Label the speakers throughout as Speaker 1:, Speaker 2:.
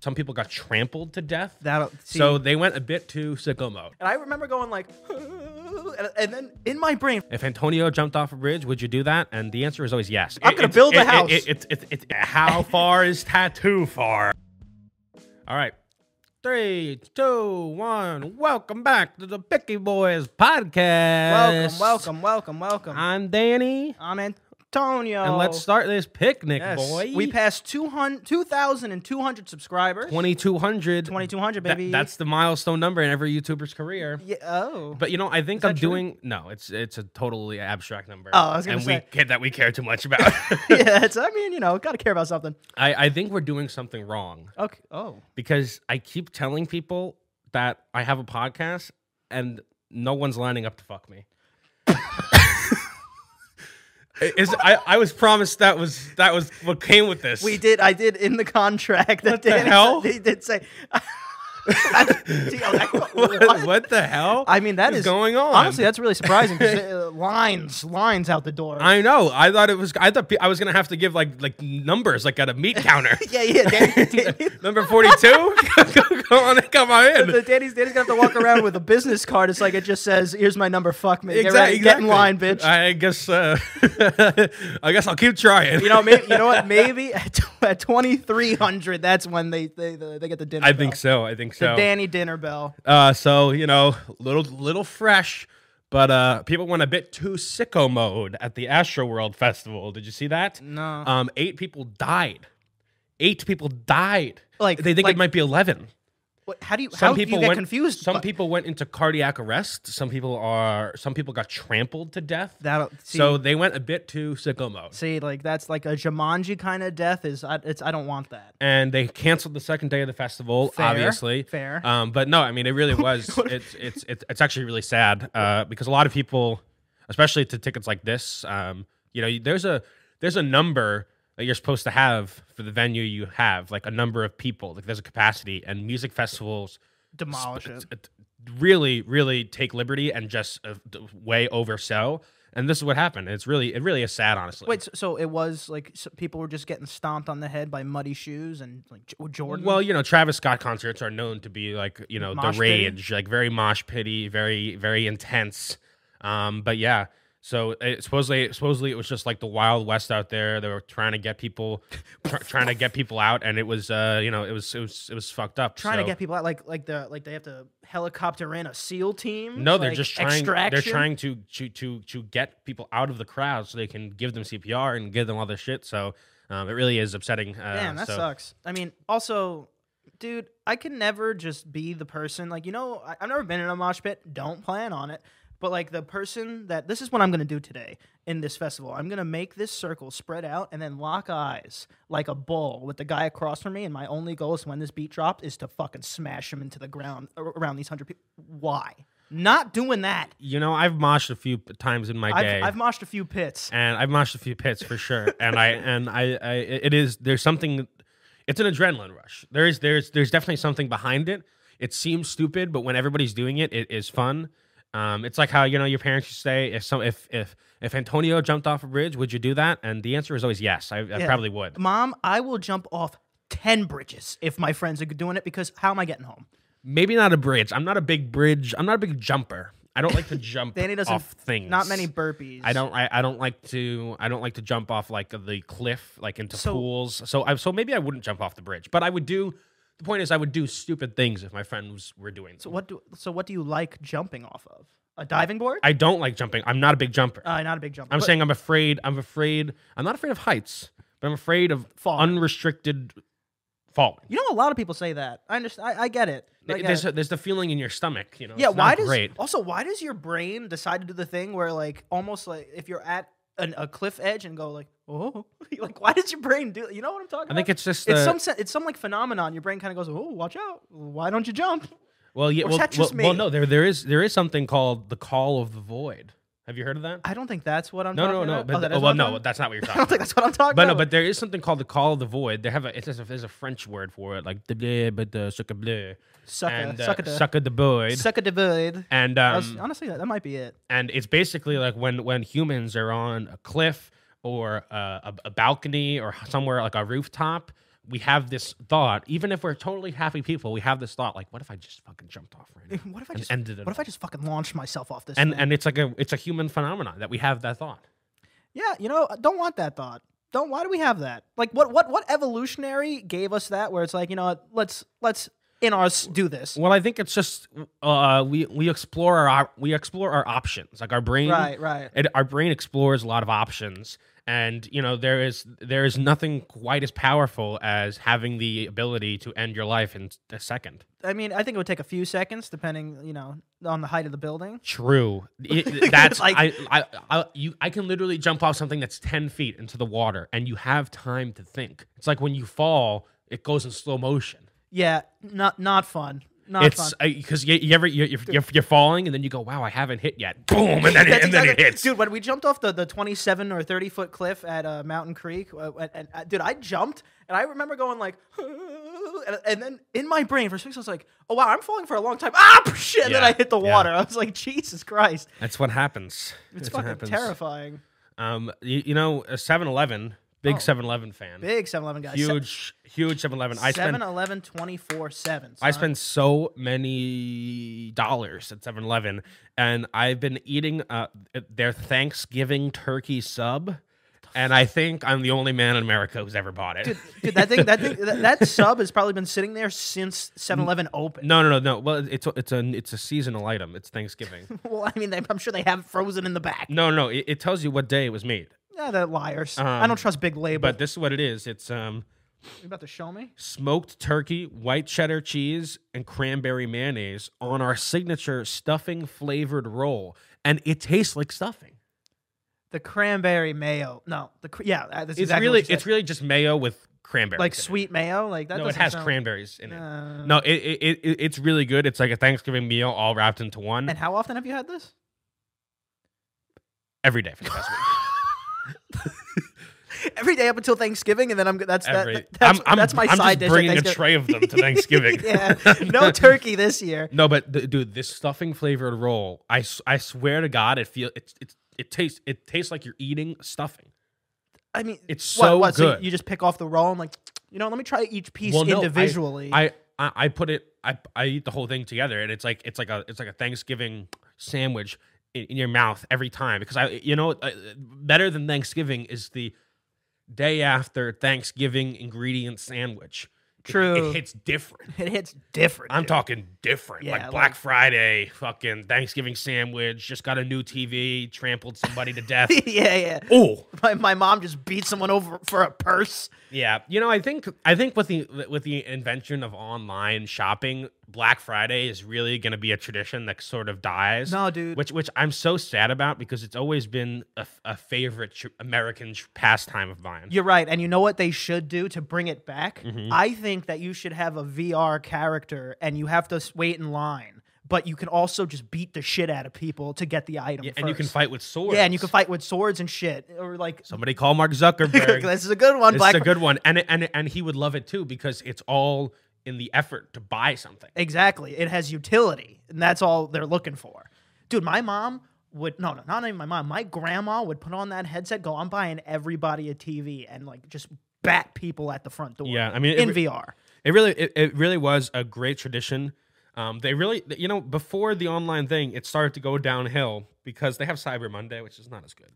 Speaker 1: some people got trampled to death.
Speaker 2: That'll-
Speaker 1: so
Speaker 2: see.
Speaker 1: they went a bit too sicko mode.
Speaker 2: And I remember going like, and, and then in my brain,
Speaker 1: If Antonio jumped off a bridge, would you do that? And the answer is always yes.
Speaker 2: I'm
Speaker 1: It-
Speaker 2: gonna
Speaker 1: it's-
Speaker 2: build a
Speaker 1: it- it-
Speaker 2: house.
Speaker 1: it- it's- it's- it's- how far is tattoo far? All right. Three, two, one. Welcome back to the Picky Boys podcast.
Speaker 2: welcome, welcome, welcome, welcome.
Speaker 1: I'm Danny,
Speaker 2: I'm Antonio.
Speaker 1: and let's start this picnic,
Speaker 2: Yes.
Speaker 1: boy.
Speaker 2: We passed 200 2,200 subscribers.
Speaker 1: 2200.
Speaker 2: 2,200,
Speaker 1: That-
Speaker 2: baby.
Speaker 1: that's the milestone number in every YouTuber's career.
Speaker 2: Yeah, oh.
Speaker 1: But you know, I think
Speaker 2: that
Speaker 1: I'm
Speaker 2: true?
Speaker 1: doing no. It's it's a totally abstract number.
Speaker 2: Oh, I was gonna
Speaker 1: and
Speaker 2: say.
Speaker 1: we care that we care too much about.
Speaker 2: yeah, that's, I mean, you know, gotta care about something.
Speaker 1: I I think we're doing something wrong
Speaker 2: Okay. Oh.
Speaker 1: because I keep telling people that I have a podcast and no one's lining up to fuck me. Is I, I was promised that was that was what came with this.
Speaker 2: We did. I did in the contract that
Speaker 1: What the
Speaker 2: Danny said-
Speaker 1: hell?
Speaker 2: he did say. Gee, I was like,
Speaker 1: what, what the hell?
Speaker 2: I mean, that
Speaker 1: is
Speaker 2: is
Speaker 1: going on?
Speaker 2: Honestly, that's really surprising. 'cause, uh, lines, lines out the door.
Speaker 1: I know. I thought it was. I thought pe- I was gonna have to give like like numbers like at a meat counter.
Speaker 2: yeah, yeah. Danny, Danny,
Speaker 1: Number forty-two. come on, come on
Speaker 2: the
Speaker 1: in.
Speaker 2: Danny's, Danny's gonna have to walk around with a business card. It's like it just says, "Here's my number. Fuck me. Get, ready-
Speaker 1: Exact-
Speaker 2: get in line, bitch."
Speaker 1: I guess. Uh, I guess I'll keep trying.
Speaker 2: you know, maybe, you know what? Maybe at, tw- at twenty three hundred, that's when they, they they they get the dinner.
Speaker 1: I
Speaker 2: bell.
Speaker 1: think so. I think
Speaker 2: The
Speaker 1: so.
Speaker 2: Danny dinner bell.
Speaker 1: Uh, so you know, little little fresh, but uh, people went a bit too sicko mode at the Astro World Festival. Did you see that?
Speaker 2: No.
Speaker 1: Um, eight people died. Eight people died.
Speaker 2: Like-
Speaker 1: they think
Speaker 2: like-
Speaker 1: it might be eleven.
Speaker 2: What, how do you?
Speaker 1: Some
Speaker 2: how
Speaker 1: people
Speaker 2: do you get
Speaker 1: went
Speaker 2: confused?
Speaker 1: Some
Speaker 2: by-
Speaker 1: people went into cardiac arrest. Some people are. Some people got trampled to death.
Speaker 2: That'll- see-
Speaker 1: so they went a bit too sicko mode.
Speaker 2: See, like that's like a Jumanji kind of death. Is I, it's I don't want that.
Speaker 1: and they canceled the second day of the festival,
Speaker 2: Fair,
Speaker 1: obviously.
Speaker 2: fair.
Speaker 1: Um, but no, I mean, it really was. it's it's it's it's actually really sad uh, because a lot of people, especially to tickets like this, um, you know, there's a there's a number that you're supposed to have for the venue you have, like a number of people, like there's a capacity, and music festivals
Speaker 2: Demolish it.
Speaker 1: t- t- really really take liberty and just uh, d- way oversell. And this is what happened. It's really it really is sad, honestly.
Speaker 2: Wait, so, so it was like so people were just getting stomped on the head by muddy shoes and like J- Jordan.
Speaker 1: Well, you know, Travis Scott concerts are known to be like, you know,
Speaker 2: Mosh
Speaker 1: the
Speaker 2: pitty?
Speaker 1: rage, like very mosh pity, very, very intense. Um, but yeah. So it, supposedly, supposedly it was just like the Wild West out there. They were trying to get people, tr- trying to get people out, and it was, uh, you know, it was, it was, it was fucked up.
Speaker 2: trying
Speaker 1: So-
Speaker 2: to get people out, like like the like they have to helicopter in a SEAL team.
Speaker 1: No, they're
Speaker 2: like,
Speaker 1: just trying.
Speaker 2: Extraction.
Speaker 1: They're trying to, to to to get people out of the crowd so they can give them CPR and give them all this shit. So um, it really is upsetting. Uh,
Speaker 2: Damn, that
Speaker 1: so-
Speaker 2: sucks. I mean, also, dude, I can never just be the person like you know. I, I've never been in a mosh pit. Don't plan on it. But like the person that this is what I'm gonna do today in this festival. I'm gonna make this circle spread out and then lock eyes like a bull with the guy across from me. And my only goal is when this beat drops is to fucking smash him into the ground ar- around these hundred people. Why? Not doing that.
Speaker 1: You know, I've moshed a few p- times in my day.
Speaker 2: I've, I've moshed a few pits.
Speaker 1: and I've moshed a few pits for sure. And I and I, I it is there's something. It's an adrenaline rush. There is there's there's definitely something behind it. It seems stupid, but when everybody's doing it, it is fun. Um, it's like how you know your parents used to say if some if if if Antonio jumped off a bridge, would you do that? And the answer is always yes. I, I probably would.
Speaker 2: Mom, I will jump off 10 bridges if my friends are doing it because how am I getting home?
Speaker 1: Maybe not a bridge. I'm not a big bridge. I'm not a big jumper. I don't like to jump
Speaker 2: Danny doesn't.
Speaker 1: off things.
Speaker 2: Not many burpees.
Speaker 1: I don't. I, I don't like to. I don't like to jump off like the cliff, like into
Speaker 2: So-
Speaker 1: pools. So I. So maybe I wouldn't jump off the bridge, but I would do. The point is, I would do stupid things if my friends were doing. So
Speaker 2: What do so? What do you like jumping off of? A diving board?
Speaker 1: I don't like jumping. I'm not a big jumper.
Speaker 2: Uh, not a big jumper.
Speaker 1: I'm
Speaker 2: but
Speaker 1: saying I'm afraid. I'm afraid. I'm not afraid of heights, but I'm afraid of
Speaker 2: Falling.
Speaker 1: unrestricted falling.
Speaker 2: You know, a lot of people say that. I understand. I, I get it. I
Speaker 1: Th-
Speaker 2: get
Speaker 1: There's,
Speaker 2: it.
Speaker 1: a- there's the feeling in your stomach. You know.
Speaker 2: yeah.
Speaker 1: It's
Speaker 2: Why
Speaker 1: not
Speaker 2: does
Speaker 1: great.
Speaker 2: also why does your brain decide to do the thing where like almost like if you're at an, a cliff edge and go like oh like why does your brain do? You know what I'm talking
Speaker 1: I
Speaker 2: about?
Speaker 1: think it's just.
Speaker 2: it's
Speaker 1: the-
Speaker 2: some sen- it's some like phenomenon. Your brain kind of goes oh watch out. Why don't you jump?
Speaker 1: Well, yeah.
Speaker 2: or
Speaker 1: Well,
Speaker 2: is that
Speaker 1: well,
Speaker 2: just
Speaker 1: well,
Speaker 2: me?
Speaker 1: no. There, there is, there is something called the call of the void. Have you heard of that?
Speaker 2: I don't think that's what I'm
Speaker 1: No,
Speaker 2: talking
Speaker 1: no, no.
Speaker 2: about.
Speaker 1: But
Speaker 2: that
Speaker 1: oh,
Speaker 2: is what
Speaker 1: well,
Speaker 2: I'm
Speaker 1: no,
Speaker 2: talking-
Speaker 1: that's not what you're
Speaker 2: I
Speaker 1: talking.
Speaker 2: don't
Speaker 1: about.
Speaker 2: think that's what I'm talking
Speaker 1: But no,
Speaker 2: about.
Speaker 1: but there is something called the call of the void. They have a it's a, there's a French word for it, like the bleh, but the sucker bleh,
Speaker 2: sucker,
Speaker 1: and
Speaker 2: sucker,
Speaker 1: uh,
Speaker 2: da-
Speaker 1: sucker the void,
Speaker 2: sucker divide.
Speaker 1: and
Speaker 2: I was-
Speaker 1: um,
Speaker 2: honestly, that, that might be it.
Speaker 1: and it's basically like when when humans are on a cliff or uh, a, a balcony or somewhere like a rooftop we have this thought, even if we're totally happy people, we have this thought like, what if I just fucking jumped off right now?
Speaker 2: What if I
Speaker 1: and
Speaker 2: just
Speaker 1: ended it
Speaker 2: What if
Speaker 1: all?
Speaker 2: I just fucking launched myself off this?
Speaker 1: and
Speaker 2: thing?
Speaker 1: and it's like a it's a human phenomenon that we have that thought.
Speaker 2: yeah, you know, I don't want that thought. Don't. Why do we have that? Like, what what what evolutionary gave us that? Where it's like, you know, what, let's let's in ours do this.
Speaker 1: Well, I think it's just uh, we we explore our op- we explore our options. Like our brain,
Speaker 2: Right, right.
Speaker 1: it, our brain explores a lot of options, and you know there is there is nothing quite as powerful as having the ability to end your life in a second.
Speaker 2: I mean, I think it would take a few seconds, depending, you know, on the height of the building.
Speaker 1: True. It- that's
Speaker 2: Like-
Speaker 1: I, I I you I can literally jump off something that's ten feet into the water, and you have time to think. It's like when you fall, it goes in slow motion.
Speaker 2: Yeah, not not fun. Not fun.
Speaker 1: It's because you, you ever you, you're, you're, you're falling and then you go, wow, I haven't hit yet. Boom, and then, it,
Speaker 2: That's
Speaker 1: and then it
Speaker 2: exactly-
Speaker 1: hits.
Speaker 2: Dude, when we jumped off the, the 27 or 30 foot cliff at uh, Mountain Creek, uh, and, and, uh, dude, I jumped and I remember going like, and, and then in my brain for six, I was like, oh wow, I'm falling for a long time. Ah, shit. And then
Speaker 1: Yeah,
Speaker 2: I hit the
Speaker 1: yeah.
Speaker 2: water. I was like, Jesus Christ.
Speaker 1: That's what happens.
Speaker 2: It's
Speaker 1: That's what
Speaker 2: fucking
Speaker 1: happens.
Speaker 2: terrifying.
Speaker 1: Um, you, you know, a 7-Eleven, big 7-Eleven fan,
Speaker 2: Oh. Big uh, 7 Eleven guy.
Speaker 1: huge, huge 7-Eleven. I
Speaker 2: 7
Speaker 1: spend
Speaker 2: 11 24 7.
Speaker 1: I spend so many dollars at 7-Eleven, and I've been eating uh, their Thanksgiving turkey sub, and I think I'm the only man in America who's ever bought it.
Speaker 2: Dude, that thing, that, thing that, that sub has probably been sitting there since 7 Eleven opened.
Speaker 1: no, no, no, no. Well, it's a- it's a it's a seasonal item. It's Thanksgiving.
Speaker 2: Well, I mean, they, I'm sure they have it frozen in the back.
Speaker 1: No, no, it, it tells you what day it was made.
Speaker 2: Yeah, they're liars. I
Speaker 1: Mm. Um,
Speaker 2: don't trust big label.
Speaker 1: But this is what it is. It's um
Speaker 2: you about to show me?
Speaker 1: smoked turkey, white cheddar cheese, and cranberry mayonnaise on our signature stuffing flavored roll, and it tastes like stuffing.
Speaker 2: The cranberry mayo. No, the cr- yeah, uh, that's
Speaker 1: It's
Speaker 2: exactly
Speaker 1: really
Speaker 2: what you
Speaker 1: it's
Speaker 2: said.
Speaker 1: really just mayo with cranberries.
Speaker 2: like
Speaker 1: in it.
Speaker 2: sweet mayo. Like that.
Speaker 1: No, it
Speaker 2: doesn't
Speaker 1: has
Speaker 2: sound-
Speaker 1: cranberries in it.
Speaker 2: Uh,
Speaker 1: No, it, it, it- it it's really good. It's like a Thanksgiving meal all wrapped into one
Speaker 2: And how often have you had this?
Speaker 1: every day for the past week.
Speaker 2: Every day up until Thanksgiving, and then I'm g- that's
Speaker 1: Every,
Speaker 2: that, that's,
Speaker 1: I'm, I'm,
Speaker 2: that's my
Speaker 1: I'm just
Speaker 2: side dish. at
Speaker 1: bringing a
Speaker 2: Thanksgiving.
Speaker 1: tray of them to Thanksgiving.
Speaker 2: yeah, no turkey this year.
Speaker 1: No, but th- dude, this stuffing flavored roll, I, s- I swear to God, it feel it's it's it tastes it tastes like you're eating stuffing.
Speaker 2: I mean,
Speaker 1: It's
Speaker 2: what,
Speaker 1: so
Speaker 2: what,
Speaker 1: good.
Speaker 2: So you just pick off the roll and like, you know, let me try each piece
Speaker 1: Well, no, I-
Speaker 2: individually.
Speaker 1: I, I I put it I I eat the whole thing together, and it's like it's like a it's like a Thanksgiving sandwich in, in your mouth every time because I you know uh, better than Thanksgiving is the day after Thanksgiving ingredient sandwich. It-
Speaker 2: True.
Speaker 1: it hits different.
Speaker 2: it hits different.
Speaker 1: I'm
Speaker 2: dude.
Speaker 1: talking different,
Speaker 2: Yeah,
Speaker 1: like
Speaker 2: like-
Speaker 1: Black Friday, fucking Thanksgiving sandwich. Just got a new TV, trampled somebody to death.
Speaker 2: yeah, yeah.
Speaker 1: Oh,
Speaker 2: My, my mom just beat someone over for a purse.
Speaker 1: yeah. You know, I think I think with the with the invention of online shopping, Black Friday is really going to be a tradition that sort of dies.
Speaker 2: No, dude.
Speaker 1: Which which I'm so sad about because it's always been a, f- a favorite tr- American tr- pastime of mine.
Speaker 2: You're right. And you know what they should do to bring it back?
Speaker 1: Mm-hmm.
Speaker 2: I think that you should have a VR character and you have to s- wait in line, but you can also just beat the shit out of people to get the item.
Speaker 1: and you can
Speaker 2: first.
Speaker 1: fight with swords.
Speaker 2: Yeah, and you can fight with swords and shit. Or like,
Speaker 1: Somebody call Mark Zuckerberg.
Speaker 2: this is a good one,
Speaker 1: It's
Speaker 2: Black
Speaker 1: a good one, and and and he would love it too because it's all in the effort to buy something.
Speaker 2: Exactly. It has utility, and that's all they're looking for. Dude, my mom would no, no, not even my mom. My grandma would put on that headset, go, "I'm buying everybody a TV," and like just bat people at the front door.
Speaker 1: Yeah, I mean, it
Speaker 2: in
Speaker 1: re-
Speaker 2: VR.
Speaker 1: It really, it, it really was a great tradition. Um, they really, you know, before the online thing, it started to go downhill because they have Cyber Monday, which is not as good.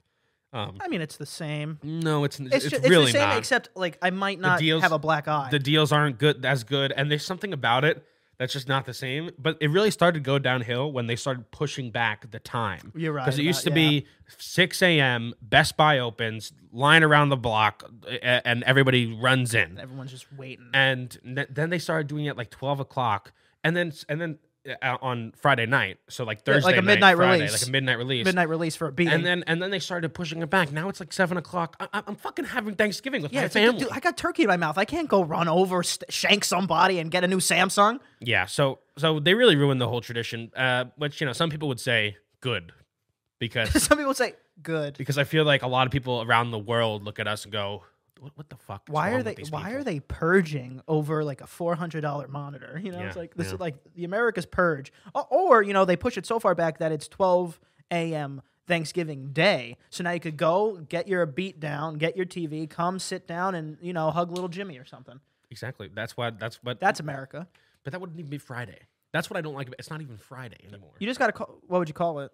Speaker 1: Um,
Speaker 2: I mean, it's the same.
Speaker 1: No, it's
Speaker 2: It's,
Speaker 1: it's,
Speaker 2: just,
Speaker 1: really
Speaker 2: it's the same,
Speaker 1: not.
Speaker 2: except like I might not
Speaker 1: deals-
Speaker 2: have a black eye.
Speaker 1: the deals aren't good as good, and there's something about it that's just not the same. But it really started to go downhill when they started pushing back the time.
Speaker 2: You're right
Speaker 1: because it used to
Speaker 2: about-
Speaker 1: be 6 a.m. Best Buy opens, line around the block, a- and everybody runs in.
Speaker 2: Everyone's just waiting.
Speaker 1: and th- then they started doing it at, like 12 o'clock and then s- and then uh, on friday night so like thursday
Speaker 2: like a
Speaker 1: night,
Speaker 2: midnight
Speaker 1: Friday,
Speaker 2: release.
Speaker 1: like a midnight release
Speaker 2: Midnight release for a beating.
Speaker 1: and then and then they started pushing it back now it's like 7 o'clock I- I- i'm fucking having thanksgiving with
Speaker 2: yeah,
Speaker 1: my
Speaker 2: it's like, dude,
Speaker 1: family
Speaker 2: dude, I got turkey in my mouth. I can't go run over, st- shank somebody, and get a new Samsung.
Speaker 1: yeah so so they really ruined the whole tradition uh which you know some people would say good because
Speaker 2: Some people say, "Good."
Speaker 1: because i feel like a lot of people around the world look at us and go what, what the fuck is
Speaker 2: why
Speaker 1: wrong
Speaker 2: are
Speaker 1: with
Speaker 2: they
Speaker 1: these
Speaker 2: why
Speaker 1: people?"
Speaker 2: are they purging over like a four hundred dollar monitor? You know, it's
Speaker 1: Yeah,
Speaker 2: like this
Speaker 1: yeah.
Speaker 2: is like the America's purge, or, or you know they push it so far back that it's twelve a.m. Thanksgiving Day, so now you could go get your beat down, get your TV, come sit down, and you know hug little Jimmy or something.
Speaker 1: Exactly. That's why. That's what.
Speaker 2: That's America.
Speaker 1: But that wouldn't even be Friday. That's what I don't like. About, it's not even Friday anymore.
Speaker 2: You just got to call. What would you call it?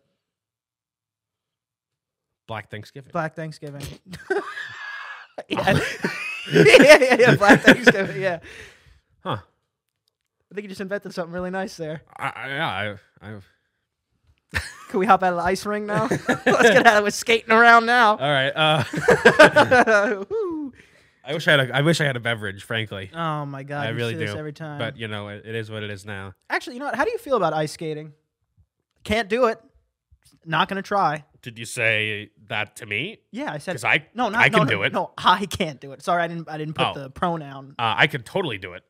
Speaker 1: Black Thanksgiving.
Speaker 2: Black Thanksgiving. yeah. yeah, yeah, yeah. Black Thanksgiving. Yeah.
Speaker 1: Huh.
Speaker 2: I think you just invented something really nice there.
Speaker 1: I, I, yeah. I, I,
Speaker 2: Can we hop out of the ice ring now? Let's get out of it skating around now.
Speaker 1: all right. Uh,
Speaker 2: Woo.
Speaker 1: I wish I had. A, I wish I had a beverage, frankly.
Speaker 2: oh my god!
Speaker 1: I
Speaker 2: you
Speaker 1: really
Speaker 2: see this
Speaker 1: do,
Speaker 2: every time.
Speaker 1: But you know, it, it is what it is now.
Speaker 2: Actually, you know what? How do you feel about ice skating? Can't do it. Not gonna try.
Speaker 1: Did you say that to me?
Speaker 2: Yeah, I said
Speaker 1: Because I
Speaker 2: no. Not
Speaker 1: I can
Speaker 2: no, no,
Speaker 1: do it.
Speaker 2: No, I can't do it. Sorry, I didn't. I didn't
Speaker 1: Oh.
Speaker 2: put the pronoun.
Speaker 1: Uh, I could totally do it.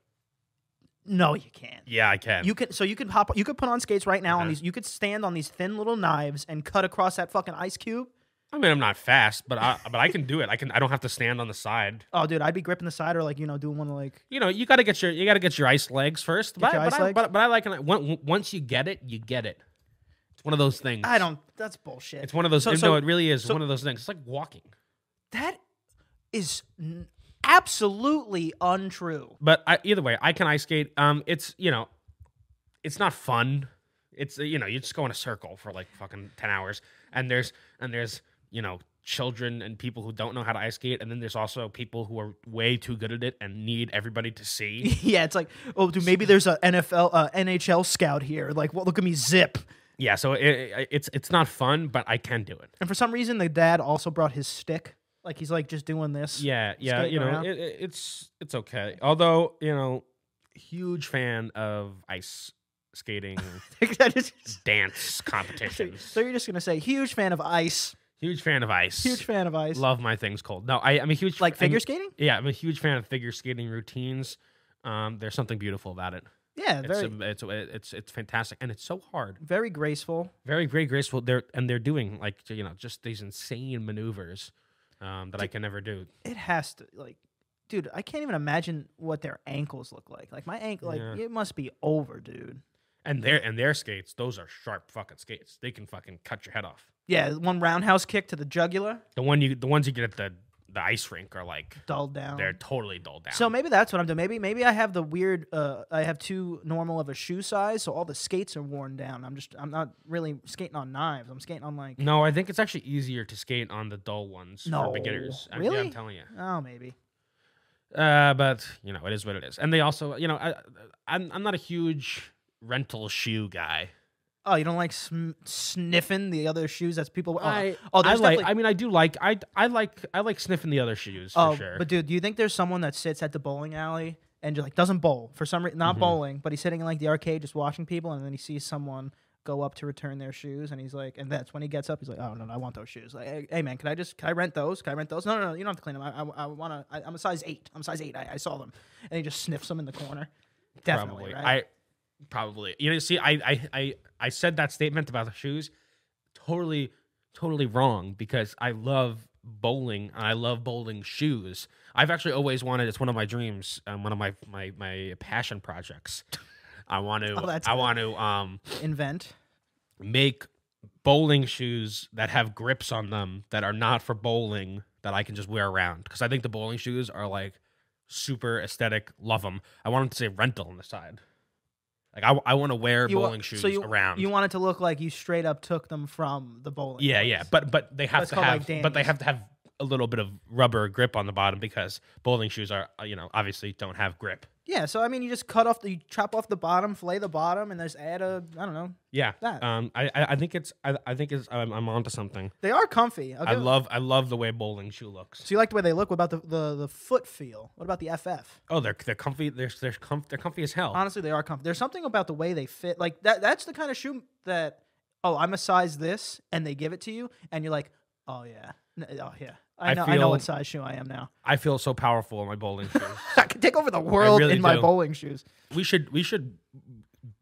Speaker 2: No, you can't.
Speaker 1: Yeah, I can.
Speaker 2: You can so you could hop you could put on skates right now on
Speaker 1: Uh-huh.
Speaker 2: these you could stand on these thin little knives and cut across that fucking ice cube.
Speaker 1: I mean, I'm not fast, but I but I can do it. I can. I don't have to stand on the side.
Speaker 2: Oh dude, I'd be gripping the side or like, you know, doing one of like
Speaker 1: You know, you got to get your you got to get your ice legs first. but,
Speaker 2: your
Speaker 1: but,
Speaker 2: ice
Speaker 1: I,
Speaker 2: legs?
Speaker 1: but but I like it. Once once you get it, you get it. It's one of those things.
Speaker 2: I don't that's bullshit.
Speaker 1: It's one of those.
Speaker 2: So-
Speaker 1: no,
Speaker 2: so-
Speaker 1: it really is
Speaker 2: so-
Speaker 1: one of those things. It's like walking.
Speaker 2: that is n- absolutely untrue.
Speaker 1: But I, either way, I can ice skate. Um, it's you know, it's not fun. It's uh, you know, you just go in a circle for like fucking ten hours, and there's and there's you know children and people who don't know how to ice skate, and then there's also people who are way too good at it and need everybody to see.
Speaker 2: yeah, it's like, oh dude, maybe there's a NFL uh, NHL scout here. Like, well, look at me zip.
Speaker 1: yeah, so it, it, it's it's not fun, but I can do it.
Speaker 2: And for some reason the dad also brought his stick. Like he's like just doing this.
Speaker 1: Yeah, yeah,
Speaker 2: Skating
Speaker 1: you know,
Speaker 2: around.
Speaker 1: it, it- it's it's okay. Although you know, huge fan of ice skating
Speaker 2: I just-
Speaker 1: dance competitions.
Speaker 2: so you're just gonna say huge fan of ice.
Speaker 1: Huge fan of ice.
Speaker 2: Huge fan of ice.
Speaker 1: Love my things cold. No, I, I'm a huge
Speaker 2: like
Speaker 1: I'm-
Speaker 2: figure skating?
Speaker 1: yeah, I'm a huge fan of figure skating routines. Um, there's something beautiful about it.
Speaker 2: Yeah,
Speaker 1: It's,
Speaker 2: Uh, very
Speaker 1: a, it's it's it's fantastic, and it's so hard.
Speaker 2: very graceful.
Speaker 1: Very very graceful. They're and they're doing like you know just these insane maneuvers um, that I can never do.
Speaker 2: It has to like, dude. I can't even imagine what their ankles look like. Like my ankle, like
Speaker 1: Yeah.
Speaker 2: it must be over, dude.
Speaker 1: And their and their skates, those are sharp fucking skates. They can fucking cut your head off.
Speaker 2: Yeah, one roundhouse kick to the jugular,
Speaker 1: The one you the ones you get at the the ice rink are like
Speaker 2: dulled down.
Speaker 1: they're totally dulled down.
Speaker 2: Oh. so maybe that's what I'm doing. Maybe maybe I have the weird. Uh, I have too normal of a shoe size, so all the skates are worn down. I'm just I'm not really skating on knives. I'm skating on like
Speaker 1: no, I think it's actually easier to skate on the dull ones
Speaker 2: No.
Speaker 1: for beginners. I'm, yeah,
Speaker 2: Really?
Speaker 1: I'm telling you.
Speaker 2: oh maybe
Speaker 1: Uh, but you know, it is what it is. And they also, you know, I, I'm I'm not a huge rental shoe guy.
Speaker 2: oh you don't like sm- sniffing the other shoes that's people. Oh,
Speaker 1: I
Speaker 2: oh
Speaker 1: I
Speaker 2: there's
Speaker 1: like.
Speaker 2: definitely-
Speaker 1: I mean, I do like. I I like. I like sniffing the other shoes for sure.
Speaker 2: Oh, but dude, do you think there's someone that sits at the bowling alley and just like doesn't bowl for some reason, not
Speaker 1: Mhm.
Speaker 2: bowling, but he's sitting in like the arcade just watching people, and then he sees someone go up to return their shoes, and he's like, and that's when he gets up, he's like, oh no, no I want those shoes. Like, hey, hey, man, can I just can I rent those? Can I rent those? No, no, no, you don't have to clean them. I, I, I want to. I'm a size eight. I'm a size eight. I, I saw them, and he just sniffs them in the corner. Definitely,
Speaker 1: probably.
Speaker 2: right?
Speaker 1: I probably. You know, see, I I I I said that statement about the shoes, totally totally wrong because I love bowling and I love bowling shoes. I've actually always wanted. It's one of my dreams. Um, one of my my my passion projects. I want to.
Speaker 2: Oh, that's
Speaker 1: I
Speaker 2: good.
Speaker 1: want to. Um.
Speaker 2: Invent.
Speaker 1: make bowling shoes that have grips on them that are not for bowling that I can just wear around because I think the bowling shoes are like super aesthetic. Love them. I want them to say rental on the side. Like I, I want to wear
Speaker 2: You wa-
Speaker 1: bowling shoes
Speaker 2: so you,
Speaker 1: around.
Speaker 2: You want it to look like you straight up took them from the bowling.
Speaker 1: yeah,
Speaker 2: place.
Speaker 1: yeah, but but they have
Speaker 2: That's
Speaker 1: to
Speaker 2: called,
Speaker 1: have,
Speaker 2: like,
Speaker 1: but they
Speaker 2: Danny's.
Speaker 1: have to have a little bit of rubber grip on the bottom because bowling shoes are uh, you know obviously don't have grip.
Speaker 2: Yeah, so I mean, you just cut off the, you chop off the bottom, fillet the bottom, and just add a, I don't know.
Speaker 1: Yeah,
Speaker 2: That.
Speaker 1: um, I I I think it's I, I think it's I'm, I'm onto something.
Speaker 2: They are comfy. I'll
Speaker 1: I
Speaker 2: give-
Speaker 1: love I love the way bowling shoe looks.
Speaker 2: So you like the way they look? What about the, the, the foot feel? What about the FF?
Speaker 1: Oh, they're they're comfy. They're they're, comf- they're comfy as hell.
Speaker 2: Honestly, they are comfy. There's something about the way they fit. Like that. That's the kind of shoe that, oh, I'm a size this, and they give it to you, and you're like, oh yeah, N- oh yeah. I
Speaker 1: I
Speaker 2: know. I know
Speaker 1: feel-
Speaker 2: what size shoe I am now.
Speaker 1: I feel so powerful in my bowling shoes.
Speaker 2: I can take over the world
Speaker 1: really
Speaker 2: in my
Speaker 1: do.
Speaker 2: bowling shoes.
Speaker 1: we should we should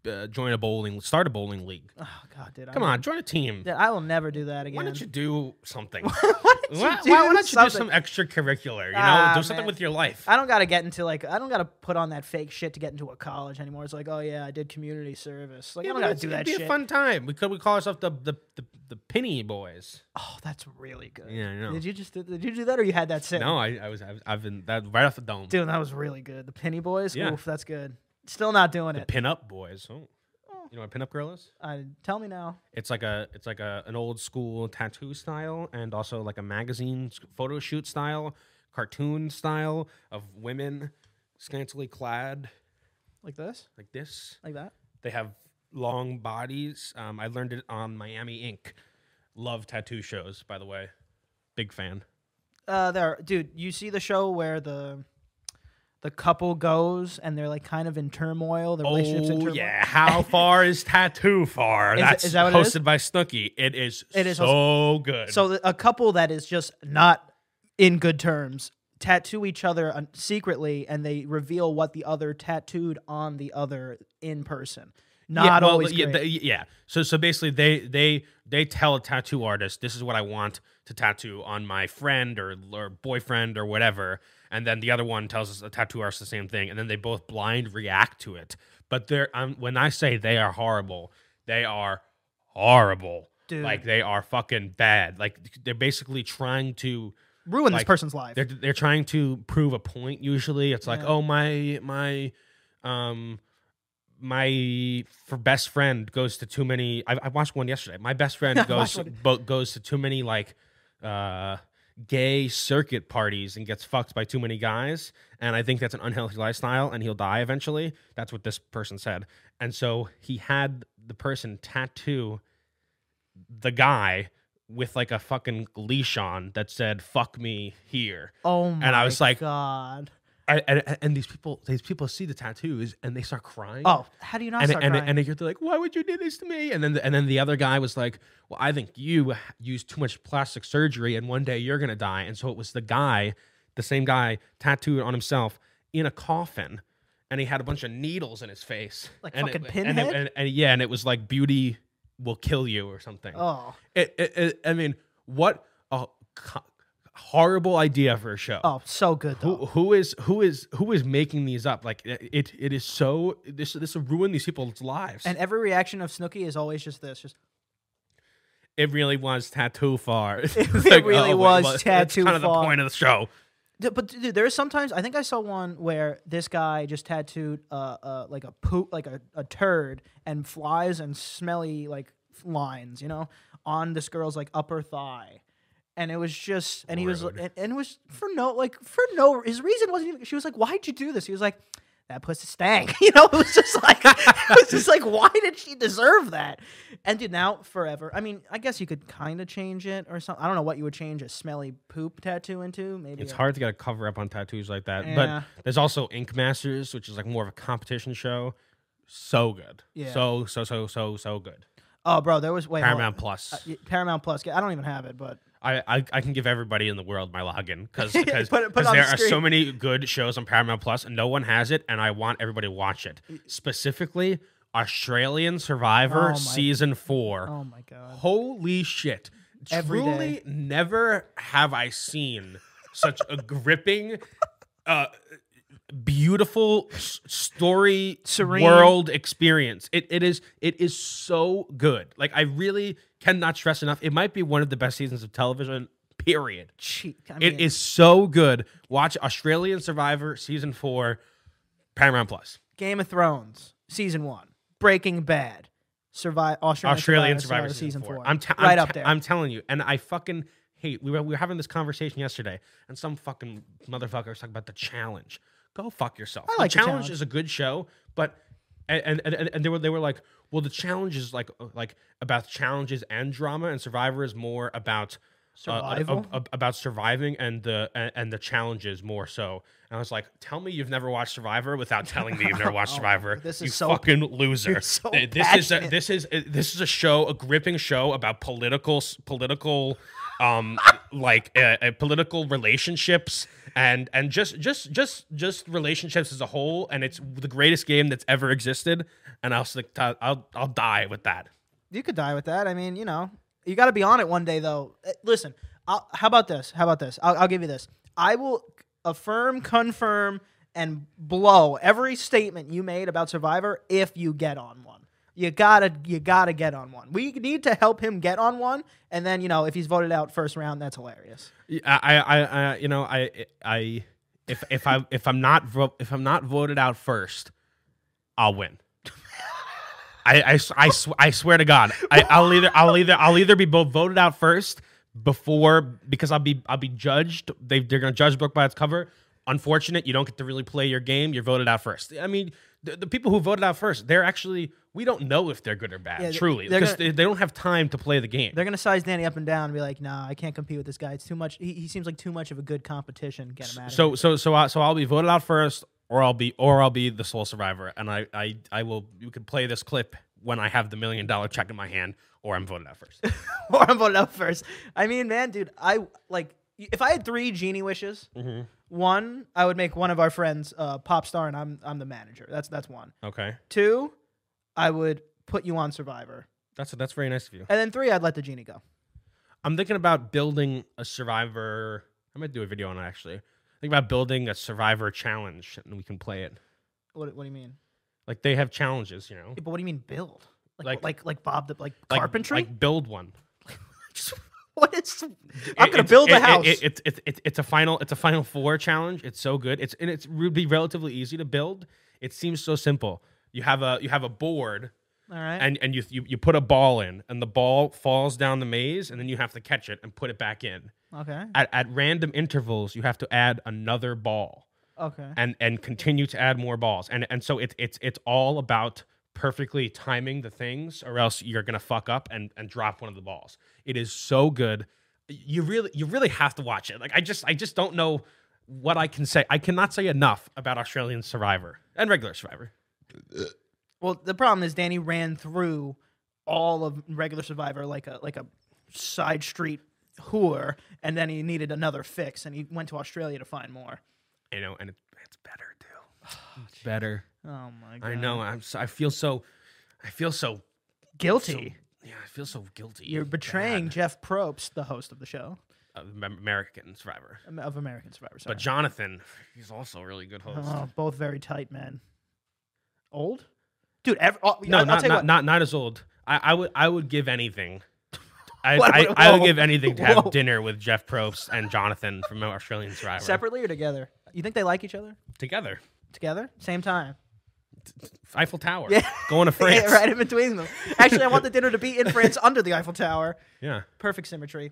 Speaker 1: uh, join a bowling, start a bowling league.
Speaker 2: Oh God, dude.
Speaker 1: Come on, join a team.
Speaker 2: Dude, I will never do that again.
Speaker 1: Why don't you do something?
Speaker 2: Why don't you
Speaker 1: Why,
Speaker 2: do
Speaker 1: why don't you do
Speaker 2: something?
Speaker 1: some extracurricular? You know,
Speaker 2: Ah,
Speaker 1: do something
Speaker 2: man.
Speaker 1: with your life.
Speaker 2: I don't gotta get into like I don't gotta put on that fake shit to get into a college anymore. It's like, oh yeah, I did community service. Like I
Speaker 1: but
Speaker 2: don't gotta
Speaker 1: it's-
Speaker 2: do
Speaker 1: it'd
Speaker 2: that
Speaker 1: be
Speaker 2: shit.
Speaker 1: a fun time. We could we call ourselves the the, the, the Penny Boys.
Speaker 2: oh, that's really good.
Speaker 1: Yeah, I know.
Speaker 2: Did you just did, you do that or you had that sick?
Speaker 1: No, I, I was I've, I've been that right off the dome.
Speaker 2: Dude, that was really good. The Penny Boys.
Speaker 1: Yeah.
Speaker 2: Oof, that's good. Still not doing it.
Speaker 1: Pin Up Boys. Oh. You know what Pin Up Girl is?
Speaker 2: Uh, tell me now.
Speaker 1: It's like a it's like a an old school tattoo style and also like a magazine s- photo shoot style, cartoon style of women scantily clad
Speaker 2: Like this?
Speaker 1: like this.
Speaker 2: Like that?
Speaker 1: They have long bodies. Um, I learned it on Miami Ink. Love tattoo shows, by the way. Big fan.
Speaker 2: Uh, there, dude. You see the show where the the couple goes and they're like kind of in turmoil. The relationships in
Speaker 1: Oh
Speaker 2: turmoil.
Speaker 1: yeah, how far is tattoo far?
Speaker 2: Is-
Speaker 1: That's
Speaker 2: is that what it is?
Speaker 1: hosted by Snooki. It is.
Speaker 2: It is
Speaker 1: so good.
Speaker 2: So th- a couple that is just not in good terms tattoo each other un- secretly, and they reveal what the other tattooed on the other in person. Not
Speaker 1: yeah, well,
Speaker 2: always.
Speaker 1: Yeah,
Speaker 2: great.
Speaker 1: they- yeah. So so basically, they they they tell a tattoo artist, "This is what I want to tattoo on my friend or or boyfriend or whatever," and then the other one tells a tattoo artist the same thing, and then they both blind react to it. But they're um, when I say they are horrible, they are horrible.
Speaker 2: Dude.
Speaker 1: Like they are fucking bad. Like they're basically trying to
Speaker 2: Ruin this
Speaker 1: like,
Speaker 2: person's life.
Speaker 1: they're they're trying to prove a point usually it's like
Speaker 2: Yeah.
Speaker 1: oh my my um my for best friend goes to too many i, I watched one yesterday my best friend
Speaker 2: I
Speaker 1: goes
Speaker 2: watched one.
Speaker 1: bo- goes to too many like uh gay circuit parties and gets fucked by too many guys and i think that's an unhealthy lifestyle and he'll die eventually that's what this person said and so he had the person tattoo the guy with like a fucking leash on that said "fuck me here,"
Speaker 2: Oh my
Speaker 1: I was like-
Speaker 2: God.
Speaker 1: and, and, and these people these people see the tattoos and they start crying.
Speaker 2: Oh, how do you not
Speaker 1: and
Speaker 2: start
Speaker 1: and
Speaker 2: crying?
Speaker 1: and they're like, "Why would you do this to me?" And then the, and then the other guy was like, "Well, I think you used too much plastic surgery, and one day you're gonna die." And so it was the guy, the same guy, tattooed on himself in a coffin, and he had a bunch of needles in his face,
Speaker 2: Like
Speaker 1: and
Speaker 2: fucking
Speaker 1: it, and, it-
Speaker 2: Pinhead?
Speaker 1: and- and- yeah, and it was like beauty will kill you or something.
Speaker 2: oh,
Speaker 1: It, it, it, I mean, what a co- horrible idea for a show.
Speaker 2: oh, so good though.
Speaker 1: Who, who is who is who is making these up? Like it, it, it is so this this will ruin these people's lives.
Speaker 2: and every reaction of Snooki is always just this. Just
Speaker 1: it really was tattoo far. It
Speaker 2: really was tattoo
Speaker 1: It's kind of the
Speaker 2: far.
Speaker 1: point of the show.
Speaker 2: D- but dude, there is sometimes I think I saw one where this guy just tattooed uh, uh like a poop like a, a turd and flies and smelly like lines you know on this girl's like upper thigh. And it was just, and he was,
Speaker 1: Rude.
Speaker 2: and, and it was for no, like for no, his reason wasn't even. She was like, "Why'd you do this?" He was like, "That pussy stank," you know. It was just like, it was just like, why did she deserve that? And dude, now forever. I mean, I guess you could kind of change it or something. I don't know what you would change a smelly poop tattoo into. Maybe
Speaker 1: It's
Speaker 2: a-
Speaker 1: hard to get a cover up on tattoos like that.
Speaker 2: Yeah.
Speaker 1: But there's also Ink Masters, which is like more of a competition show. So good.
Speaker 2: Yeah.
Speaker 1: So so so so so good.
Speaker 2: Oh, bro, there was wait, hold on.
Speaker 1: Paramount Plus.
Speaker 2: Uh, y- Paramount Plus. I don't even have it, but
Speaker 1: I, I, I can give everybody in the world my login because
Speaker 2: Put it-
Speaker 1: because
Speaker 2: put it on
Speaker 1: there
Speaker 2: the
Speaker 1: are so
Speaker 2: screen.
Speaker 1: many good shows on Paramount Plus and no one has it and I want everybody to watch it specifically Australian Survivor
Speaker 2: Mm. Oh my-
Speaker 1: season four.
Speaker 2: oh my god,
Speaker 1: Holy shit!
Speaker 2: Every
Speaker 1: Truly, never have I seen such a gripping, uh, beautiful s- story
Speaker 2: Serene.
Speaker 1: world experience. It it is it is so good. Like I really cannot stress enough. It might be one of the best seasons of television. Period.
Speaker 2: cheat. I mean,
Speaker 1: It is so good. Watch Australian Survivor season four, Paramount Plus.
Speaker 2: Game of Thrones season one, Breaking Bad, Survive Australian,
Speaker 1: Australian Survivor, season, 4 I'm te- I'm
Speaker 2: right up
Speaker 1: te-
Speaker 2: there.
Speaker 1: I'm telling you, and I fucking hate. We were we were having this conversation yesterday, and some fucking motherfucker was talking about the challenge. Go fuck yourself.
Speaker 2: like The
Speaker 1: the challenge,
Speaker 2: Challenge.
Speaker 1: is a good show, but and and, and, and they were they were like, well, the challenge is like uh, like about challenges and drama, and Survivor is more about. uh, uh,
Speaker 2: Survival?
Speaker 1: ab- about surviving and the and, and the challenges more so. And I was like, "Tell me you've never watched Survivor without telling me you've never watched Survivor.
Speaker 2: Oh, this
Speaker 1: you
Speaker 2: is so-
Speaker 1: fucking loser.
Speaker 2: you're so
Speaker 1: Th- this is a,
Speaker 2: passionate.
Speaker 1: this is uh, this is a show, a gripping show about political s- political um, like uh, uh, political relationships and and just just just just relationships as a whole. And it's the greatest game that's ever existed. And I'll stick to, I'll I'll die with that.
Speaker 2: You could die with that. I mean, you know, you got to be on it one day, though. Eh, Listen, I'll, how about this? How about this? I'll, I'll give you this. I will affirm, confirm, and blow every statement you made about Survivor if you get on one. You gotta, you gotta get on one. We need to help him get on one, and then you know if he's voted out first round, that's hilarious.
Speaker 1: I, I, I, you know, I, I, if if I if I'm not vo- if I'm not voted out first, I'll win. I, I, s- I sw- I swear to God, I, I'll either I'll either I'll either be both voted out first before because I'll be I'll be judged. They they're gonna judge the book by its cover. Unfortunate, you don't get to really play your game. You're voted out first. I mean, the, the people who voted out first, they're actually we don't know if they're good or bad.
Speaker 2: Yeah, they-
Speaker 1: truly,
Speaker 2: they're
Speaker 1: because
Speaker 2: gonna-
Speaker 1: they, they don't have time to play the game.
Speaker 2: They're gonna size Danny up and down and be like, "Nah, I can't compete with this guy. It's too much. He, he seems like too much of a good competition. Get him out." of
Speaker 1: So
Speaker 2: here.
Speaker 1: so so I, so I'll be voted out first, or I'll be or I'll be the sole survivor, and I I I will. You can play this clip when I have the million dollar check in my hand, or I'm voted out first.
Speaker 2: or I'm voting out first. I mean, man, dude, I like if I had three genie wishes, one I would make one of our friends uh, pop star, and I'm I'm the manager. That's that's one.
Speaker 1: okay,
Speaker 2: Two, I would put you on Survivor,
Speaker 1: that's that's very nice of you.
Speaker 2: and then three, I'd let the genie go.
Speaker 1: I'm thinking about building a survivor. I might do a video on it actually. Think about building a survivor challenge, and we can play it.
Speaker 2: What, what do you mean?
Speaker 1: Like they have challenges, you know.
Speaker 2: Yeah, but what do you mean build? Like
Speaker 1: Like-
Speaker 2: like like, Bob the like
Speaker 1: Like-
Speaker 2: carpentry?
Speaker 1: Like build one.
Speaker 2: Just- what is? I'm gonna
Speaker 1: It's-
Speaker 2: build
Speaker 1: it-
Speaker 2: a
Speaker 1: it-
Speaker 2: house.
Speaker 1: It, it, it, it- it's a final. It's a final four challenge. It's so good. It's and it's would be relatively easy to build. It seems so simple. You have a you have a board
Speaker 2: All right.
Speaker 1: and and you you, you put a ball in and the ball falls down the maze and then you have to catch it and put it back in.
Speaker 2: okay.
Speaker 1: At, at random intervals, you have to add another ball
Speaker 2: Okay.
Speaker 1: and and continue to add more balls. And and so it's it's it's all about perfectly timing the things or else you're going to fuck up and and drop one of the balls. It is so good. You really you really have to watch it. Like I just I just don't know what I can say. I cannot say enough about Australian Survivor and regular Survivor.
Speaker 2: Well, the problem is Danny ran through all of regular Survivor like a like a side street whore, and then he needed another fix, and he went to Australia to find more.
Speaker 1: You know, and it, it's better too. It's better.
Speaker 2: Oh my god!
Speaker 1: I know. I'm so, I feel so I feel so
Speaker 2: Guilty.
Speaker 1: yeah, I feel so guilty.
Speaker 2: You're betraying Jeff Probst, the host of the show
Speaker 1: Bad. Am- American Survivor.
Speaker 2: Am- of American Survivor. Sorry.
Speaker 1: But Jonathan, he's also a really good host.
Speaker 2: Oh, both very tight men. Old, dude. Ev- oh,
Speaker 1: No,
Speaker 2: I- I'll
Speaker 1: not,
Speaker 2: tell you
Speaker 1: not,
Speaker 2: what.
Speaker 1: not not as old. I, I would I would give anything. I,
Speaker 2: What-
Speaker 1: I,
Speaker 2: what-
Speaker 1: I would
Speaker 2: whoa.
Speaker 1: give anything to have
Speaker 2: Whoa.
Speaker 1: dinner with Jeff Probst and Jonathan from Australian Survivor
Speaker 2: separately or together. You think they like each other?
Speaker 1: together.
Speaker 2: Together, same time.
Speaker 1: Eiffel Tower.
Speaker 2: Yeah.
Speaker 1: Going to France.
Speaker 2: Yeah, right in between them. Actually, I want the dinner to be in France under the Eiffel Tower.
Speaker 1: Yeah.
Speaker 2: Perfect symmetry.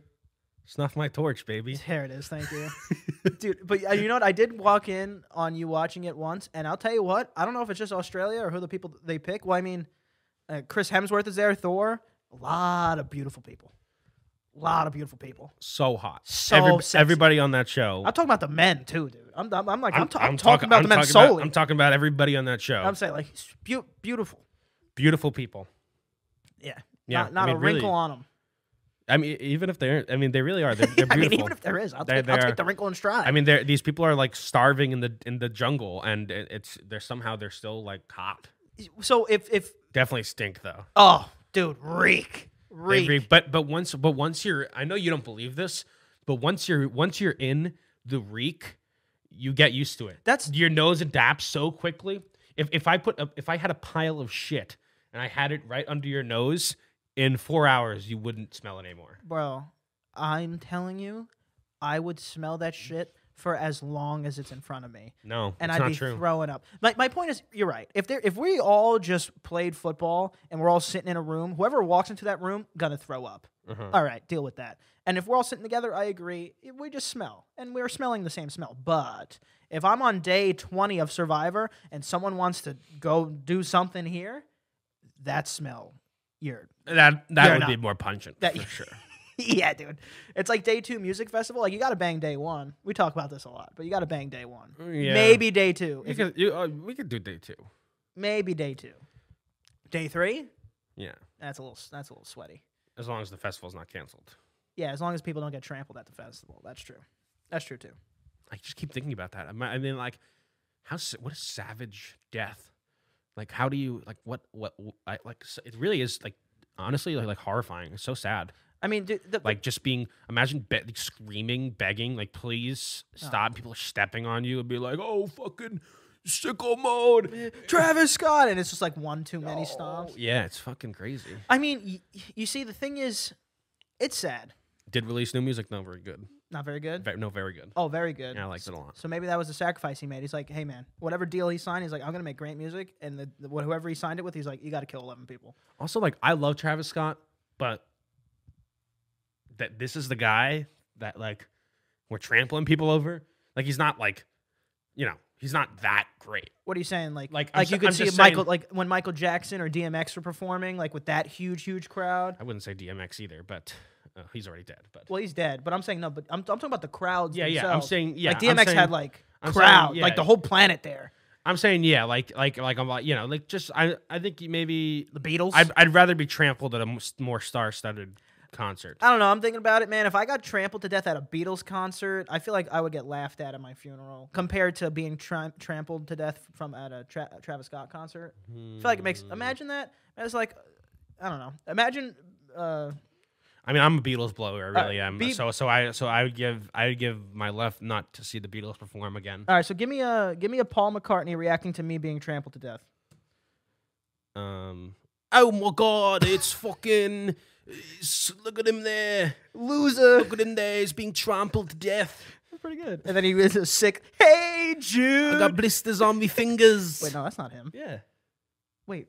Speaker 1: Snuff my torch, baby.
Speaker 2: There it is. Thank you, dude. But uh, you know what? I did walk in on you watching it once, and I'll tell you what. I don't know if it's just Australia or who the people they pick. Well, I mean, uh, Chris Hemsworth is there. Thor. A lot of beautiful people. A lot of beautiful people.
Speaker 1: So hot.
Speaker 2: So sexy.
Speaker 1: everybody on that show.
Speaker 2: I'm talking about the men too, dude. I'm, I'm, I'm like I'm, ta- I'm
Speaker 1: talk-
Speaker 2: talking about
Speaker 1: I'm
Speaker 2: the men
Speaker 1: talking about-
Speaker 2: solely.
Speaker 1: I'm talking about everybody on that show.
Speaker 2: I'm saying like he's beau- beautiful.
Speaker 1: Beautiful people.
Speaker 2: Yeah.
Speaker 1: Yeah,
Speaker 2: Not,
Speaker 1: I
Speaker 2: not
Speaker 1: mean,
Speaker 2: a
Speaker 1: really.
Speaker 2: wrinkle on them.
Speaker 1: I mean, even if they're, I mean, they really are. They're, they're
Speaker 2: I
Speaker 1: beautiful.
Speaker 2: mean, even if there is, I'll,
Speaker 1: They're-
Speaker 2: take, I'll
Speaker 1: they're-
Speaker 2: take the wrinkle and stride.
Speaker 1: I mean, they're, these people are like starving in the in the jungle, and it, it's they're somehow they're still like hot.
Speaker 2: so if if
Speaker 1: Definitely stink though.
Speaker 2: oh, dude, reek,
Speaker 1: They
Speaker 2: reek.
Speaker 1: re- But but once but once you're, I know you don't believe this, but once you're once you're in the reek, you get used to it.
Speaker 2: That's-
Speaker 1: your nose adapts so quickly. If if I put a, if I had a pile of shit and I had it right under your nose, in four hours you wouldn't smell it anymore.
Speaker 2: Bro, I'm telling you, I would smell that shit for as long as it's in front of me.
Speaker 1: No,
Speaker 2: And
Speaker 1: it's
Speaker 2: I'd
Speaker 1: not
Speaker 2: be
Speaker 1: true.
Speaker 2: throwing up. My, my point is, you're right. If there, if we all just played football and we're all sitting in a room, whoever walks into that room gonna throw up.
Speaker 1: Uh-huh.
Speaker 2: All right, deal with that. And if we're all sitting together, I agree. i- We just smell, and we're smelling the same smell. But if I'm on day 20 of Survivor and someone wants to go do something here, that smell, you're
Speaker 1: That that
Speaker 2: They're
Speaker 1: would
Speaker 2: not.
Speaker 1: be more pungent
Speaker 2: That-
Speaker 1: for sure.
Speaker 2: yeah, dude. It's like day two music festival. Like you got to bang day one. We talk about this a lot, but you got to bang day one.
Speaker 1: Yeah.
Speaker 2: Maybe day two.
Speaker 1: You
Speaker 2: If,
Speaker 1: could, you, uh, we could do day two.
Speaker 2: maybe day two. Day three.
Speaker 1: Yeah,
Speaker 2: That's a little. That's a little sweaty.
Speaker 1: as long as the festival's not canceled.
Speaker 2: Yeah, as long as people don't get trampled at the festival. That's true. That's true too.
Speaker 1: I just keep thinking about that. I mi- I mean, like, how sa- what a savage death! Like, how do you like what what I like? s- It really is like honestly like, like horrifying. It's so sad.
Speaker 2: I mean, dude, the,
Speaker 1: Like just being imagine be- screaming, begging, like please stop. People are stepping on you and be like, oh fucking sickle mode.
Speaker 2: Travis Scott, and it's just like one too many stomps.
Speaker 1: Yeah, it's fucking crazy.
Speaker 2: I mean, y- you see, the thing is, it's sad.
Speaker 1: Did release new music? No, very good.
Speaker 2: Not very good.
Speaker 1: Ve- No, very good.
Speaker 2: Oh, very good.
Speaker 1: Yeah, I liked it a lot.
Speaker 2: So maybe that was the sacrifice he made. He's like, hey man, whatever deal he signed, he's like, I'm gonna make great music, and the, the wh- whoever he signed it with, he's like, you got to kill 11 people.
Speaker 1: Also, like I love Travis Scott, but that this is the guy that like we're trampling people over. Like he's not like, you know, he's not that great.
Speaker 2: What are you saying? Like,
Speaker 1: Like, I'm
Speaker 2: like
Speaker 1: s-
Speaker 2: you could
Speaker 1: I'm
Speaker 2: see
Speaker 1: just
Speaker 2: Michael,
Speaker 1: saying-
Speaker 2: like when Michael Jackson or DMX were performing, like with that huge, huge crowd.
Speaker 1: I wouldn't say DMX either, but uh, he's already dead. But
Speaker 2: Well, he's dead, but I'm saying no. But I'm, I'm talking about the crowds.
Speaker 1: Yeah, yeah, I'm
Speaker 2: themselves.
Speaker 1: saying- yeah,
Speaker 2: Like
Speaker 1: I'm
Speaker 2: DMX had
Speaker 1: saying-
Speaker 2: like
Speaker 1: I'm saying,
Speaker 2: crowd, like
Speaker 1: yeah.
Speaker 2: the whole planet there.
Speaker 1: I'm saying yeah, like like like I'm like you know like just I I think you maybe
Speaker 2: The Beatles.
Speaker 1: I'd I'd rather be trampled at a m- more star-studded concert.
Speaker 2: I don't know. I'm thinking about it, man. If I got trampled to death at a Beatles concert, I feel like I would get laughed at at my funeral compared to being tra- trampled to death from at a tra- Travis Scott concert. I feel like it
Speaker 1: Hmm.
Speaker 2: makes. Imagine that. It's like, I don't know. Imagine. Uh,
Speaker 1: I mean, I'm a Beatles blower, I really am.
Speaker 2: Be-
Speaker 1: so so I so I would give I would give my left nut to see the Beatles perform again.
Speaker 2: all right, so give me a give me a Paul McCartney reacting to me being trampled to death.
Speaker 1: Um. Oh my God! It's fucking. it's- Look at him there.
Speaker 2: Loser.
Speaker 1: Look at him there. He's being trampled to death.
Speaker 2: Pretty good. And then he was a sick. Hey
Speaker 1: I
Speaker 2: Jude.
Speaker 1: got blisters on my fingers.
Speaker 2: Wait, no, that's not him.
Speaker 1: Yeah,
Speaker 2: Wait.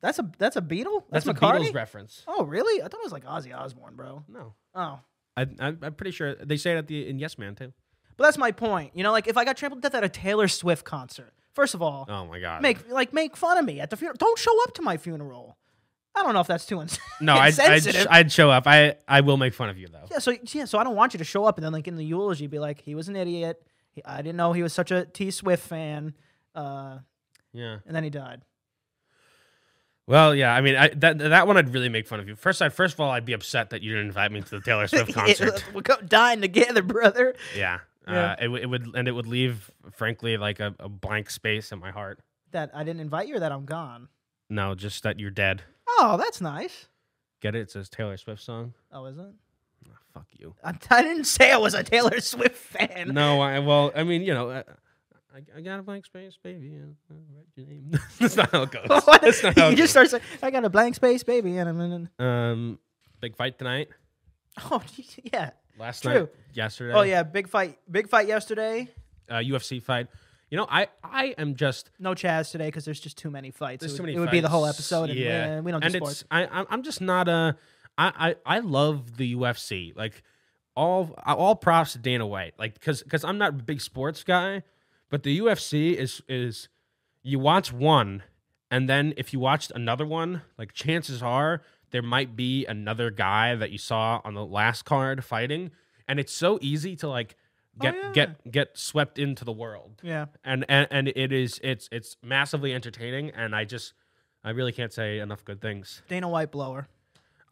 Speaker 2: That's a that's a Beatle.
Speaker 1: that's,
Speaker 2: That's,
Speaker 1: a
Speaker 2: McCartney.
Speaker 1: Beatles reference.
Speaker 2: oh really? I thought it was like Ozzy Osbourne, bro.
Speaker 1: No,
Speaker 2: Oh.
Speaker 1: I, I, I'm pretty sure they say it at the in Yes Man too.
Speaker 2: But that's my point. You know, like if I got trampled to death at a Taylor Swift concert, first of all,
Speaker 1: Oh my God!
Speaker 2: make like make fun of me at the funeral. Don't show up to my funeral. I don't know if that's too ins-
Speaker 1: no, I'd, I'd,
Speaker 2: insensitive.
Speaker 1: I'd show up. I I will make fun of you though.
Speaker 2: yeah, so yeah, so I don't want you to show up and then like in the eulogy be like, he was an idiot. He, I didn't know he was such a T Swift fan. Uh,
Speaker 1: Yeah.
Speaker 2: and then he died.
Speaker 1: Well, yeah. I mean, I, that that one I'd really make fun of you. First, I first of all, I'd be upset that you didn't invite me to the Taylor Swift concert.
Speaker 2: We're go- dying together, brother.
Speaker 1: Yeah. Uh,
Speaker 2: Yeah.
Speaker 1: it, w- it would, and it would leave, frankly, like a, a blank space in my heart.
Speaker 2: That I didn't invite you or that I'm gone.
Speaker 1: No, just that you're dead.
Speaker 2: Oh, that's nice.
Speaker 1: Get it? It's a Taylor Swift song.
Speaker 2: Oh, is it?
Speaker 1: Ah, fuck you.
Speaker 2: I, I didn't say I was a Taylor Swift fan.
Speaker 1: No, I well, I mean, you know, I, I, I got a blank space, baby. and I write your name. That's not how it goes.
Speaker 2: What?
Speaker 1: That's not how
Speaker 2: you
Speaker 1: it
Speaker 2: just
Speaker 1: goes.
Speaker 2: start saying, I got a blank space, baby. And I'm in. an-"
Speaker 1: Um, big fight tonight.
Speaker 2: Oh, gee, yeah.
Speaker 1: Last night,
Speaker 2: True.
Speaker 1: yesterday.
Speaker 2: Oh, yeah. Big fight. Big fight yesterday.
Speaker 1: Uh, UFC fight. You know, I I am just
Speaker 2: No Chaz today because there's just too many fights.
Speaker 1: There's
Speaker 2: it would,
Speaker 1: too many
Speaker 2: it would be the whole
Speaker 1: fights.
Speaker 2: episode. And yeah. We don't do
Speaker 1: and
Speaker 2: sports.
Speaker 1: it's I I'm- I'm just not a I I I love the UFC like all all props to Dana White like because because I'm not a big sports guy, but the UFC is is you watch one and then if you watched another one like chances are there might be another guy that you saw on the last card fighting and it's so easy to like get
Speaker 2: Oh, yeah.
Speaker 1: get get swept into the world
Speaker 2: Yeah.
Speaker 1: and, and and it is it's it's massively entertaining and i just i really can't say enough good things
Speaker 2: Dana White blower.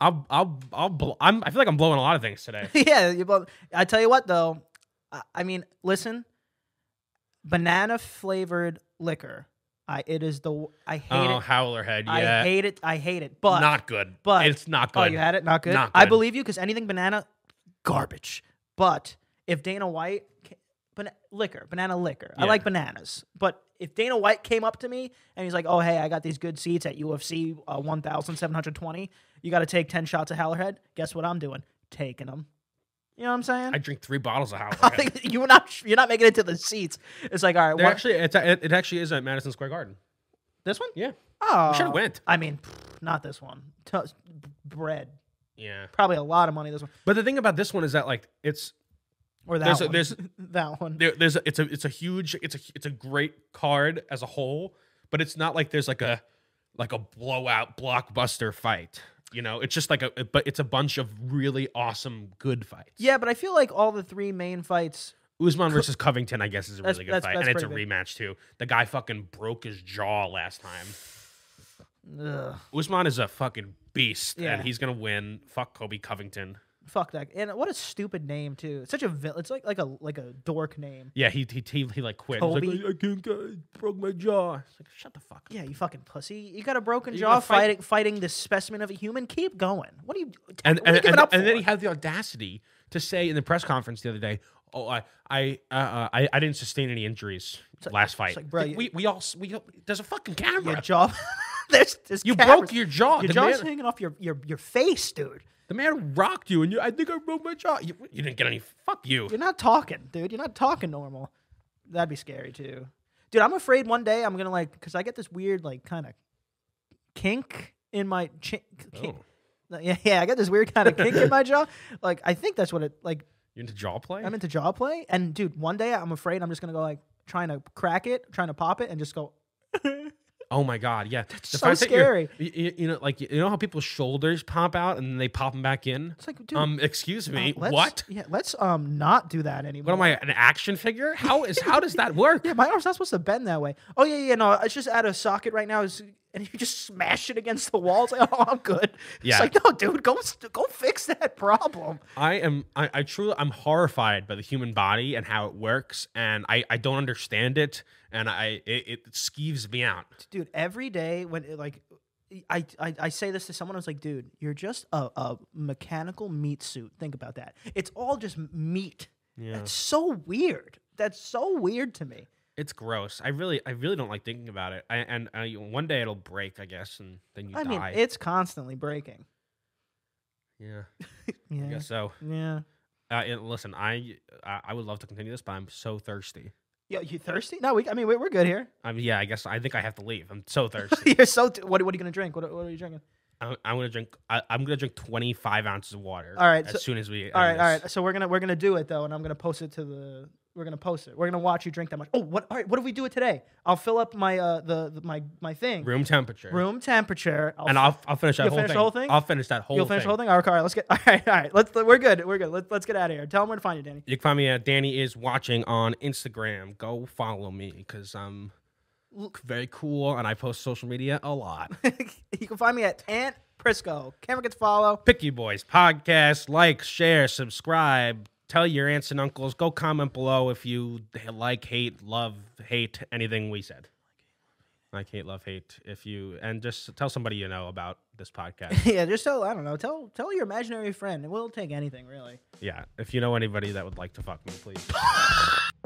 Speaker 1: i'll i'll i'll bl- I'm, i feel like i'm blowing a lot of things today
Speaker 2: yeah. You blow. I tell you what, though. I, I mean, listen. Banana flavored liquor. I it is the w- I hate
Speaker 1: oh
Speaker 2: it.
Speaker 1: howler head yeah
Speaker 2: I hate it. I hate it. But
Speaker 1: not good
Speaker 2: but-
Speaker 1: it's not good
Speaker 2: Oh, you had it? Not good?
Speaker 1: Not
Speaker 2: I
Speaker 1: good.
Speaker 2: believe you because anything banana, garbage. But if Dana White, ca- bana- liquor, banana liquor. I
Speaker 1: Yeah.
Speaker 2: like bananas. But if Dana White came up to me and he's like, oh, hey, I got these good seats at UFC uh, 1720, you got to take 10 shots of Hallerhead. Guess what I'm doing? Taking them. You know what I'm saying?
Speaker 1: i drink three bottles of howler
Speaker 2: I
Speaker 1: head
Speaker 2: think you're not you're not making it to the seats. It's like all right,
Speaker 1: They're
Speaker 2: one,
Speaker 1: actually it's, it, it actually is at madison square garden
Speaker 2: this one.
Speaker 1: yeah
Speaker 2: Oh,
Speaker 1: should've went.
Speaker 2: I mean, pfft, not this one. Toast- b- bread,
Speaker 1: yeah
Speaker 2: probably a lot of money. This one
Speaker 1: but the thing about this one is that like it's
Speaker 2: or that
Speaker 1: there's a,
Speaker 2: one.
Speaker 1: there's
Speaker 2: that one.
Speaker 1: there, there's a, it's a it's a huge it's a it's a great card as a whole, but it's not like there's like a like a blowout blockbuster fight. You know, it's just like a but it's a bunch of really awesome good fights.
Speaker 2: Yeah, but I feel like all the three main fights.
Speaker 1: Usman versus Covington, I guess, is a really
Speaker 2: That's-
Speaker 1: good
Speaker 2: that's-
Speaker 1: fight,
Speaker 2: that's
Speaker 1: and it's a
Speaker 2: pretty good.
Speaker 1: rematch too. The guy fucking broke his jaw last time.
Speaker 2: Ugh,
Speaker 1: Usman is a fucking beast,
Speaker 2: Yeah.
Speaker 1: and he's gonna win. Fuck Kobe Covington.
Speaker 2: fuck that. And what a stupid name too. It's such a vil- it's like like a like a dork name.
Speaker 1: Yeah, he he he, he like quit. He's like,
Speaker 2: Kobe?
Speaker 1: I, I can't. get- I broke my jaw. It's like shut the fuck. up.
Speaker 2: Yeah, you fucking pussy. You got a broken
Speaker 1: You
Speaker 2: jaw
Speaker 1: gotta fight-
Speaker 2: fighting fighting this specimen of a human. Keep going. What are you?
Speaker 1: And
Speaker 2: what are you
Speaker 1: and,
Speaker 2: giving
Speaker 1: and,
Speaker 2: up
Speaker 1: and
Speaker 2: for?
Speaker 1: then he had the audacity to say in the press conference the other day, "Oh, I I uh, uh, I, I didn't sustain any injuries last fight.
Speaker 2: like, bro, you-
Speaker 1: we we all s- we all- there's a fucking camera.
Speaker 2: your jaw. there's, there's
Speaker 1: you
Speaker 2: cameras.
Speaker 1: broke your jaw.
Speaker 2: Your
Speaker 1: the,
Speaker 2: jaw's
Speaker 1: man,
Speaker 2: hanging off your, your your face, dude.
Speaker 1: the man rocked you, and you, I think I broke my jaw. You, you didn't get any. Fuck you.
Speaker 2: You're not talking, dude. You're not talking normal. That'd be scary too, dude. I'm afraid one day I'm gonna like because I get this weird like kind of kink in my chin. Kink.
Speaker 1: Oh.
Speaker 2: No, Yeah, yeah, I got this weird kind of kink in my jaw. Like, I think that's what it like.
Speaker 1: You into jaw play?
Speaker 2: I'm into jaw play, and dude, one day I'm afraid I'm just gonna go like trying to crack it, trying to pop it, and just go.
Speaker 1: Oh my god, yeah. That's
Speaker 2: so scary.
Speaker 1: You, you, know, like you know how people's shoulders pop out and then they pop them back in.
Speaker 2: It's like, dude, uh,
Speaker 1: um, excuse me,
Speaker 2: let's-
Speaker 1: what?
Speaker 2: Yeah, let's um not do that anymore.
Speaker 1: What am I, an action figure? How is how does that work?
Speaker 2: Yeah, my arm's not supposed to bend that way. Oh yeah, yeah, no, it's just out of socket right now. It's, and you just smash it against the wall. It's like, oh, I'm good.
Speaker 1: Yeah.
Speaker 2: It's like, no, dude, go s- go fix that problem.
Speaker 1: I am, I, I truly, I'm horrified by the human body and how it works, and I, I don't understand it, and I, it, it skeeves me out.
Speaker 2: dude every day when it, like e, I, I i say this to someone i was like dude you're just a, a mechanical meat suit think about that it's all just m- meat
Speaker 1: Yeah.
Speaker 2: that's so weird that's so weird to me
Speaker 1: It's gross. I really, I really don't like thinking about it. I, and I, one day it'll break, I guess, and then you
Speaker 2: i
Speaker 1: die.
Speaker 2: mean it's constantly breaking
Speaker 1: yeah, I
Speaker 2: yeah
Speaker 1: guess so.
Speaker 2: yeah
Speaker 1: Uh, it- listen, I, I, I would love to continue this, but I'm so thirsty.
Speaker 2: Yo, you thirsty? No, we. I mean, we, we're good here.
Speaker 1: I mean, yeah, I guess I think I have to leave. I'm so thirsty.
Speaker 2: You're so. T- what, what are you gonna drink? What, are- what are you drinking?
Speaker 1: I'm, I'm gonna drink. I, I'm gonna drink 25 ounces of water.
Speaker 2: All right,
Speaker 1: as
Speaker 2: so-
Speaker 1: soon as we.
Speaker 2: All right,
Speaker 1: end
Speaker 2: all
Speaker 1: this.
Speaker 2: right. So we're gonna we're gonna do it though, and I'm gonna post it to the. We're gonna post it. We're gonna watch you drink that much. Oh, what? All right. What if we do it today? I'll fill up my uh the, the my my thing.
Speaker 1: Room temperature.
Speaker 2: room temperature. I'll
Speaker 1: And I'll, I'll finish that
Speaker 2: You'll
Speaker 1: whole
Speaker 2: finish the
Speaker 1: thing.
Speaker 2: whole thing?
Speaker 1: I'll finish that whole.
Speaker 2: You'll finish
Speaker 1: thing.
Speaker 2: the whole thing. All right, all right, let's get. All right, all right. Let's. We're good. We're good. Let's, let's get out of here. Tell them where to find you, Danny.
Speaker 1: You can find me at Danny is watching on Instagram. Go follow me because I'm very cool and I post social media a lot.
Speaker 2: you can find me at Aunt Prisco. Camera gets follow.
Speaker 1: Picky Boys podcast. Like, share, subscribe. Tell your aunts and uncles. Go comment below if you like, hate, love, hate anything we said. Like, hate, love, hate. If you and just tell somebody you know about this podcast.
Speaker 2: yeah, just tell. I don't know. Tell tell your imaginary friend. We'll take anything really.
Speaker 1: yeah, if you know anybody that would like to fuck me, please.